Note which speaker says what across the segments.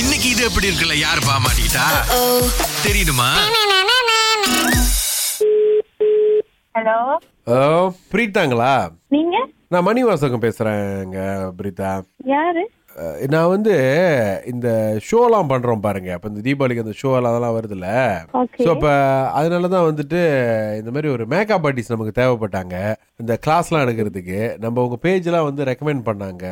Speaker 1: இன்னைக்கு இது எப்படி இருக்குல்ல யார் பாமாட்டா தெரியுமா
Speaker 2: ஹலோ
Speaker 3: பிரீத்தாங்களா
Speaker 2: நீங்க
Speaker 3: நான் மணிவாசகம் பேசுறேங்க பிரீதா
Speaker 2: யாரு
Speaker 3: அஹ், நான் வந்து இந்த ஷோலாம் பண்றோம் பாருங்க இப்போ இந்த தீபாவளிக்கு அந்த ஷோ எல்லாம் அதெல்லாம் வருதுல்ல
Speaker 2: Okay.
Speaker 3: ஸோ இப்போ அதனால தான் வந்துட்டு இந்த மாதிரி ஒரு மேக்கப் ஆர்டிஸ்ட் நமக்கு தேவைப்பட்டாங்க இந்த கிளாஸ்லாம் எடுக்கிறதுக்கு நம்ம உங்க பேஜ்லாம் வந்து ரெக்கமெண்ட் பண்ணாங்க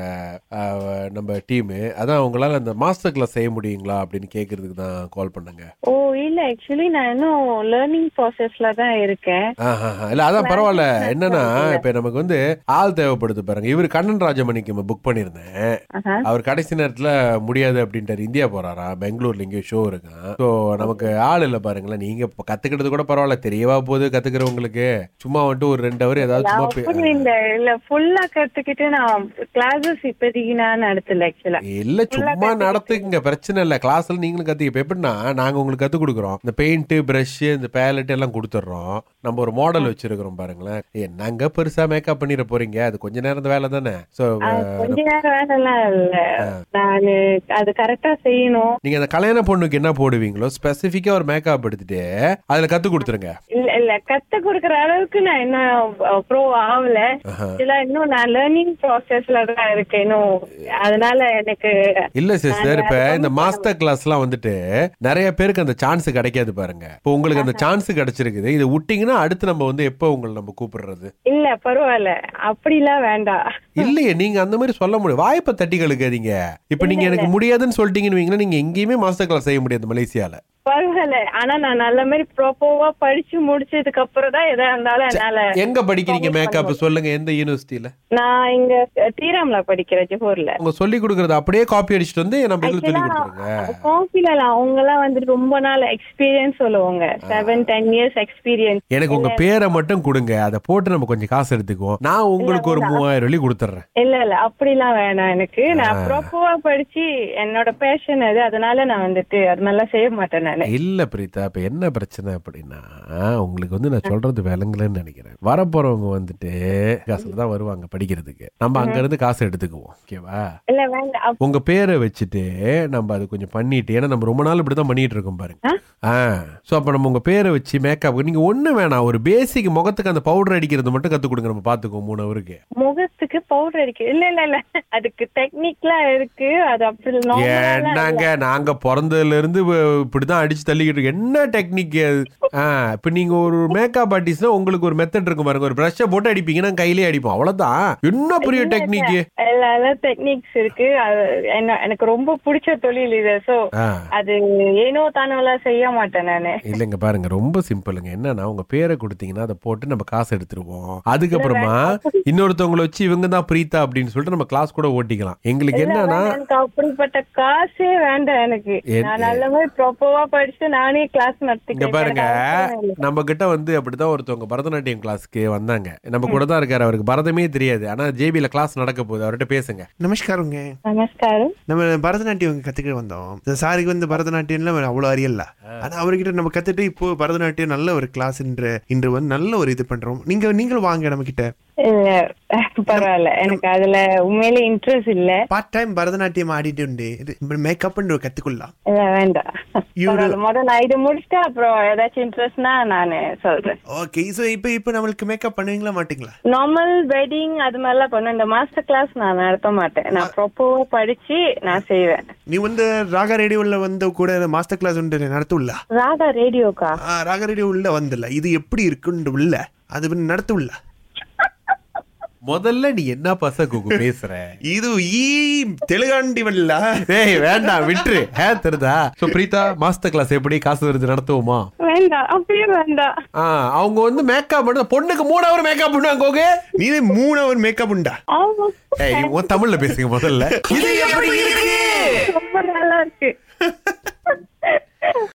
Speaker 3: அஹ், நம்ம டீமு அதான் உங்களால் அந்த மாஸ்டர் கிளாஸ் செய்ய முடியுங்களா அப்படின்னு கேட்கறதுக்கு தான் கால் பண்ணேங்க
Speaker 2: ஓ இல்ல ஆக்சுவலி நான் இன்னும் லேர்னிங் ப்ராசஸ்ல தான் இருக்கேன்
Speaker 3: ஆஹ் ஆஹ் ஆஹ். இல்ல அதான் பரவாயில்ல என்னன்னா இப்ப நமக்கு வந்து ஆள் தேவைப்படுது பாருங்க இவர் கண்ணன் ராஜமணிக்கு புக் பண்ணியிருந்தேன்
Speaker 2: ஆஹா.
Speaker 3: அவர் கடைசி நேரத்துல முடியாது அப்படின்ட்டாரு இந்தியா போறாரா பெங்களூர்ல எங்கேயோ ஷோ இருக்கான் ஸோ நமக்கு ஆள் இல்லை பாருங்களேன் நீங்க இப்ப கத்துக்கிட்டது கூட பரவாயில்ல தெரியவா போகுது கத்துக்கிறவங்களுக்கு சும்மா வந்துட்டு ஒரு ரெண்டு அவர் ஏதாவது சும்மா
Speaker 2: அப்படி
Speaker 3: பே-
Speaker 2: இந்த இல்ல ஃபுல்லா கத்துக்கிட்டு நான் கிளாஸஸ் இப்போதைக்கு நான் நடத்தல ஆக்சுவலா
Speaker 3: இல்ல சும்மா நடத்துக்குங்க பிரச்சனை இல்ல கிளாஸ்ல நீங்களும் கத்துக்க இப்ப எப்படின்னா நாங்க உங்களுக்கு கத்து கொடுக்குறோம் இந்த பெயிண்ட் பிரஷ் இந்த பேலட் எல்லாம் கொடுத்துட்றோம் நம்ம ஒரு மாடல் வச்சிருக்கிறோம் பாருங்களேன் என்னங்க பெருசா மேக்கப் பண்ணிட போறீங்க அது கொஞ்ச நேரம் வேலை தானே சோ
Speaker 2: கொஞ்ச நேரம் வேலைலாம் இல்ல நானு அது கரெக்டா செய்யணும்
Speaker 3: நீங்க அந்த கல்யாண பொண்ணுக்கு என்ன போடுவீங்களோ ஸ்பெசிஃபிக்கா ஒரு மேக்கப் எடுத்துட்டு அதுல கத்து கொடுத்துருங்க
Speaker 2: இல்ல இல்ல கத்து கொடுக்கற அளவுக்கு நான் இன்னும் ப்ரோ ஆகல இதுல இன்னும் நான் லேர்னிங் ப்ராசஸ்ல தான் இருக்கேன் இன்னும் அதனால எனக்கு
Speaker 3: இல்ல சிஸ்டர் இப்ப இந்த மாஸ்டர் கிளாஸ் எல்லாம் வந்துட்டு நிறைய பேருக்கு அந்த சான்ஸ் கிடைக்காது பாருங்க இப்போ உங்களுக்கு அந்த சான்ஸ் கிடைச்சிருக்குது இது விட்டீங்கன்னா அடுத்து நம்ம வந்து எப்போ உங்களை நம்ம கூப்பிடுறது
Speaker 2: இல்ல பரவாயில்ல அப்படிலாம் வேண்டாம்
Speaker 3: இல்லையே நீங்க அந்த மாதிரி சொல்ல முடியும் வாய்ப்பை தட்டி கழுக்காதீங்க இப்ப நீங்க எனக்கு முடியாதுன்னு சொல்லிட்டீங்கன்னு வைங்களேன், நீங்க எங்கேயுமே மாஸ்டர் கிளாஸ் செய்ய முடியாது மலேசியால
Speaker 2: பரவாயில்ல ஆனா நான் நல்ல மாதிரி ப்ராப்பர்வா படிச்சு முடிச்சதுக்கு அப்புறம் தான் எதா இருந்தாலும் என்னால
Speaker 3: எங்க படிக்கிறீங்க மேக்கப் சொல்லுங்க எந்த யூனிவர்சிட்டியில
Speaker 2: நான் இங்க தீராம்ல படிக்கிறேன் ஜோஹர்ல
Speaker 3: உங்க சொல்லி கொடுக்கறது அப்படியே காப்பி அடிச்சுட்டு வந்து நம்ம இதுல சொல்லி கொடுத்துருங்க
Speaker 2: காஃபில அவங்க எல்லாம் வந்துட்டு ரொம்ப நாள் எக்ஸ்பீரியன்ஸ் சொல்லுவாங்க செவன் டென் இயர்ஸ் எக்ஸ்பீரியன்ஸ்
Speaker 3: எனக்கு உங்க பேரை மட்டும் கொடுங்க அதை போட்டு நம்ம கொஞ்சம் காசு எடுத்துக்குவோம் நான் உங்களுக்கு ஒரு மூவாயிரம் வெள்ளி கொடுத்துட்றேன்
Speaker 2: இல்ல இல்ல அப்படிலாம் வேணாம் எனக்கு நான் ப்ராப்பர்வா படிச்சு என்னோட பேஷன் அது அதனால நான் வந்துட்டு அது மாதிரிலாம் செய்ய மாட்டேன் நானு
Speaker 3: இல்ல பிரீதா இப்ப என்ன பிரச்சனை அப்படின்னா உங்களுக்கு வந்து நான் சொல்றது விளங்கலன்னு நினைக்கிறேன் வரப்போறவங்க வந்துட்டு காசுல தான் வருவாங்க படிக்கிறதுக்கு நம்ம அங்க இருந்து காசு எடுத்துக்குவோம் ஓகேவா
Speaker 2: இல்ல வேண்டாம் அப்-
Speaker 3: உங்க பேரை வச்சுட்டு நம்ம அது கொஞ்சம் பண்ணிட்டு ஏன்னா நம்ம ரொம்ப நாள் இப்படிதான் பண்ணிட்டு இருக்கோம் பாருங்க ஆ சோ அப்ப நம்ம உங்க பேரை வச்சு மேக்கப் நீங்க ஒண்ணு வேணாம் ஒரு பேசிக் முகத்துக்கு அந்த பவுடர் அடிக்கிறது மட்டும் கத்து கொடுங்க நம்ம பாத்துக்குவோம் மூணு அவருக்கு
Speaker 2: முகத்துக்கு பவுடர் அடிக்க இல்ல இல்ல இல்ல அதுக்கு டெக்னிக்லாம் இருக்கு அது அப்படி normal ஆ
Speaker 3: என்னங்க நாங்க பிறந்ததுல இருந்து இவ- இப்படிதான் அடிச்சு தள்ளிக்கிட்டு இருக்கோம். என்ன டெக்னிக் ஆ இப்ப நீங்க ஒரு மேக்கப் ஆர்டிஸ்ட்னா உங்களுக்கு ஒரு மெத்தட் இருக்கும் பாருங்க ஒரு ப்ரஷ்ஷை போட்டு அடிப்பீங்கன்னா கையிலே அடிப்போம் அவ்வளவுதான் என்ன பெரிய டெக்னிக்
Speaker 2: எல்லா டெக்னிக்ஸ் இருக்கு அது என்ன எனக்கு ரொம்ப பிடிச்ச தொழில் இது சோ
Speaker 3: ஆ
Speaker 2: அது ஏனோ தானோலாம் செய்ய மாட்டேன் நானு
Speaker 3: இல்லைங்க பாருங்க ரொம்ப சிம்பிளுங்க என்னன்னா உங்க பேரை கொடுத்தீங்கன்னா அதை போட்டு நம்ம காசு எடுத்துருவோம் அதுக்கப்புறமா இன்னொருத்தவங்களை வச்சு இவங்க தான் பிரீதா அப்படின்னு சொல்லிட்டு நம்ம கிளாஸ் கூட ஓட்டிக்கலாம் எங்களுக்கு
Speaker 2: இல்ல,
Speaker 3: என்னன்னா
Speaker 2: வேண்டாம், எனக்கு அப்படிப்பட்ட காசே வேண்டாம் எனக்கு
Speaker 3: என்-
Speaker 2: நான் நல்ல மாதிரி ப்ராப்பரா படிச்சு நானே கிளாஸ்
Speaker 3: இங்க
Speaker 2: நடத்திக்கிறேன்
Speaker 3: பாருங்க
Speaker 2: எனக்கு அவசியம் இல்ல.
Speaker 3: நம்ம கிட்ட வந்து அப்படிதான் ஒருத்தவங்க பரதநாட்டியம் கிளாஸ்க்கு வந்தாங்க நம்ம கூட தான் இருக்காரு அவருக்கு பரதமே தெரியாது ஆனா ஜேபில கிளாஸ் நடக்க போகுது அவர்கிட்ட பேசுங்க
Speaker 4: நமஸ்காரங்க
Speaker 2: நமஸ்காரம்
Speaker 4: நம்ம பரதநாட்டியம் கத்துக்கிட்டு வந்தோம் இந்த சாருக்கு வந்து பரதநாட்டியம்ல அவ்வளோ அறியல ஆனா அவர்கிட்ட நம்ம கத்துட்டு இப்போ பரதநாட்டியம் நல்ல ஒரு கிளாஸ் இன்று இன்று வந்து நல்ல ஒரு இது பண்றோம் நீங்க நீங்களும் வாங்க நம்ம கிட்ட
Speaker 2: இல்ல பரவாயில்ல எனக்கு அதுல உண்மையிலே இன்ட்ரெஸ்ட் இல்ல
Speaker 4: பார்ட் டைம் பரதநாட்டியம் ஆடிட்டு உண்டு இது மேக்கப் கத்துக்கொள்ளலாம்
Speaker 2: இல்ல வேண்டாம்
Speaker 4: You do-
Speaker 2: பரவாயில்ல, முத நான் இது முடிச்சுட்டு அப்புறம் ஏதாச்சும் இன்ட்ரெஸ்ட்னா நானு சொல்றேன்
Speaker 4: ஓகே ஸோ இப்போ இப்போ நம்மளுக்கு மேக்கப் பண்ணுவீங்களா மாட்டீங்களா
Speaker 2: நார்மல் வெட்டிங் அது மாதிரிலாம் பண்ணுவேன் இந்த மாஸ்டர் கிளாஸ் நான் நடத்த மாட்டேன் நான் ப்ராப்பரா படிச்சு நான் செய்வேன்
Speaker 4: நீ வந்து ராகா ரேடியோவில் வந்து கூட மாஸ்டர் கிளாஸ் ஒன்று நடத்தவில்ல
Speaker 2: ராதா ரேடியோக்கா
Speaker 4: ராகா ரேடியோ உள்ள வந்துல இது எப்படி இருக்குன்னு உள்ள அது வந்து நடத்தவில்ல
Speaker 3: முதல்ல நீ என்ன பச குக்கு பேசுற
Speaker 4: இது ஈ தெலுங்காண்டி வல்ல
Speaker 3: ஏய் வேண்டாம் விட்டுரு ஹே தெரிதா சோ பிரீதா மாஸ்டர் கிளாஸ் எப்படி காசு வருது நடத்துவோமா
Speaker 2: வேண்டாம் அப்படியே வேண்டாம்
Speaker 3: ஆ அவங்க வந்து மேக்கப் பண்ண பொண்ணுக்கு மூணு அவர் மேக்கப் பண்ணுவாங்க கோகு.
Speaker 4: நீ மூணு அவர் மேக்கப் உண்டா
Speaker 2: ஆமா
Speaker 3: ஏய் உன் தமிழ்ல பேசுங்க முதல்ல இது எப்படி இருக்கு
Speaker 2: ரொம்ப நல்லா இருக்கு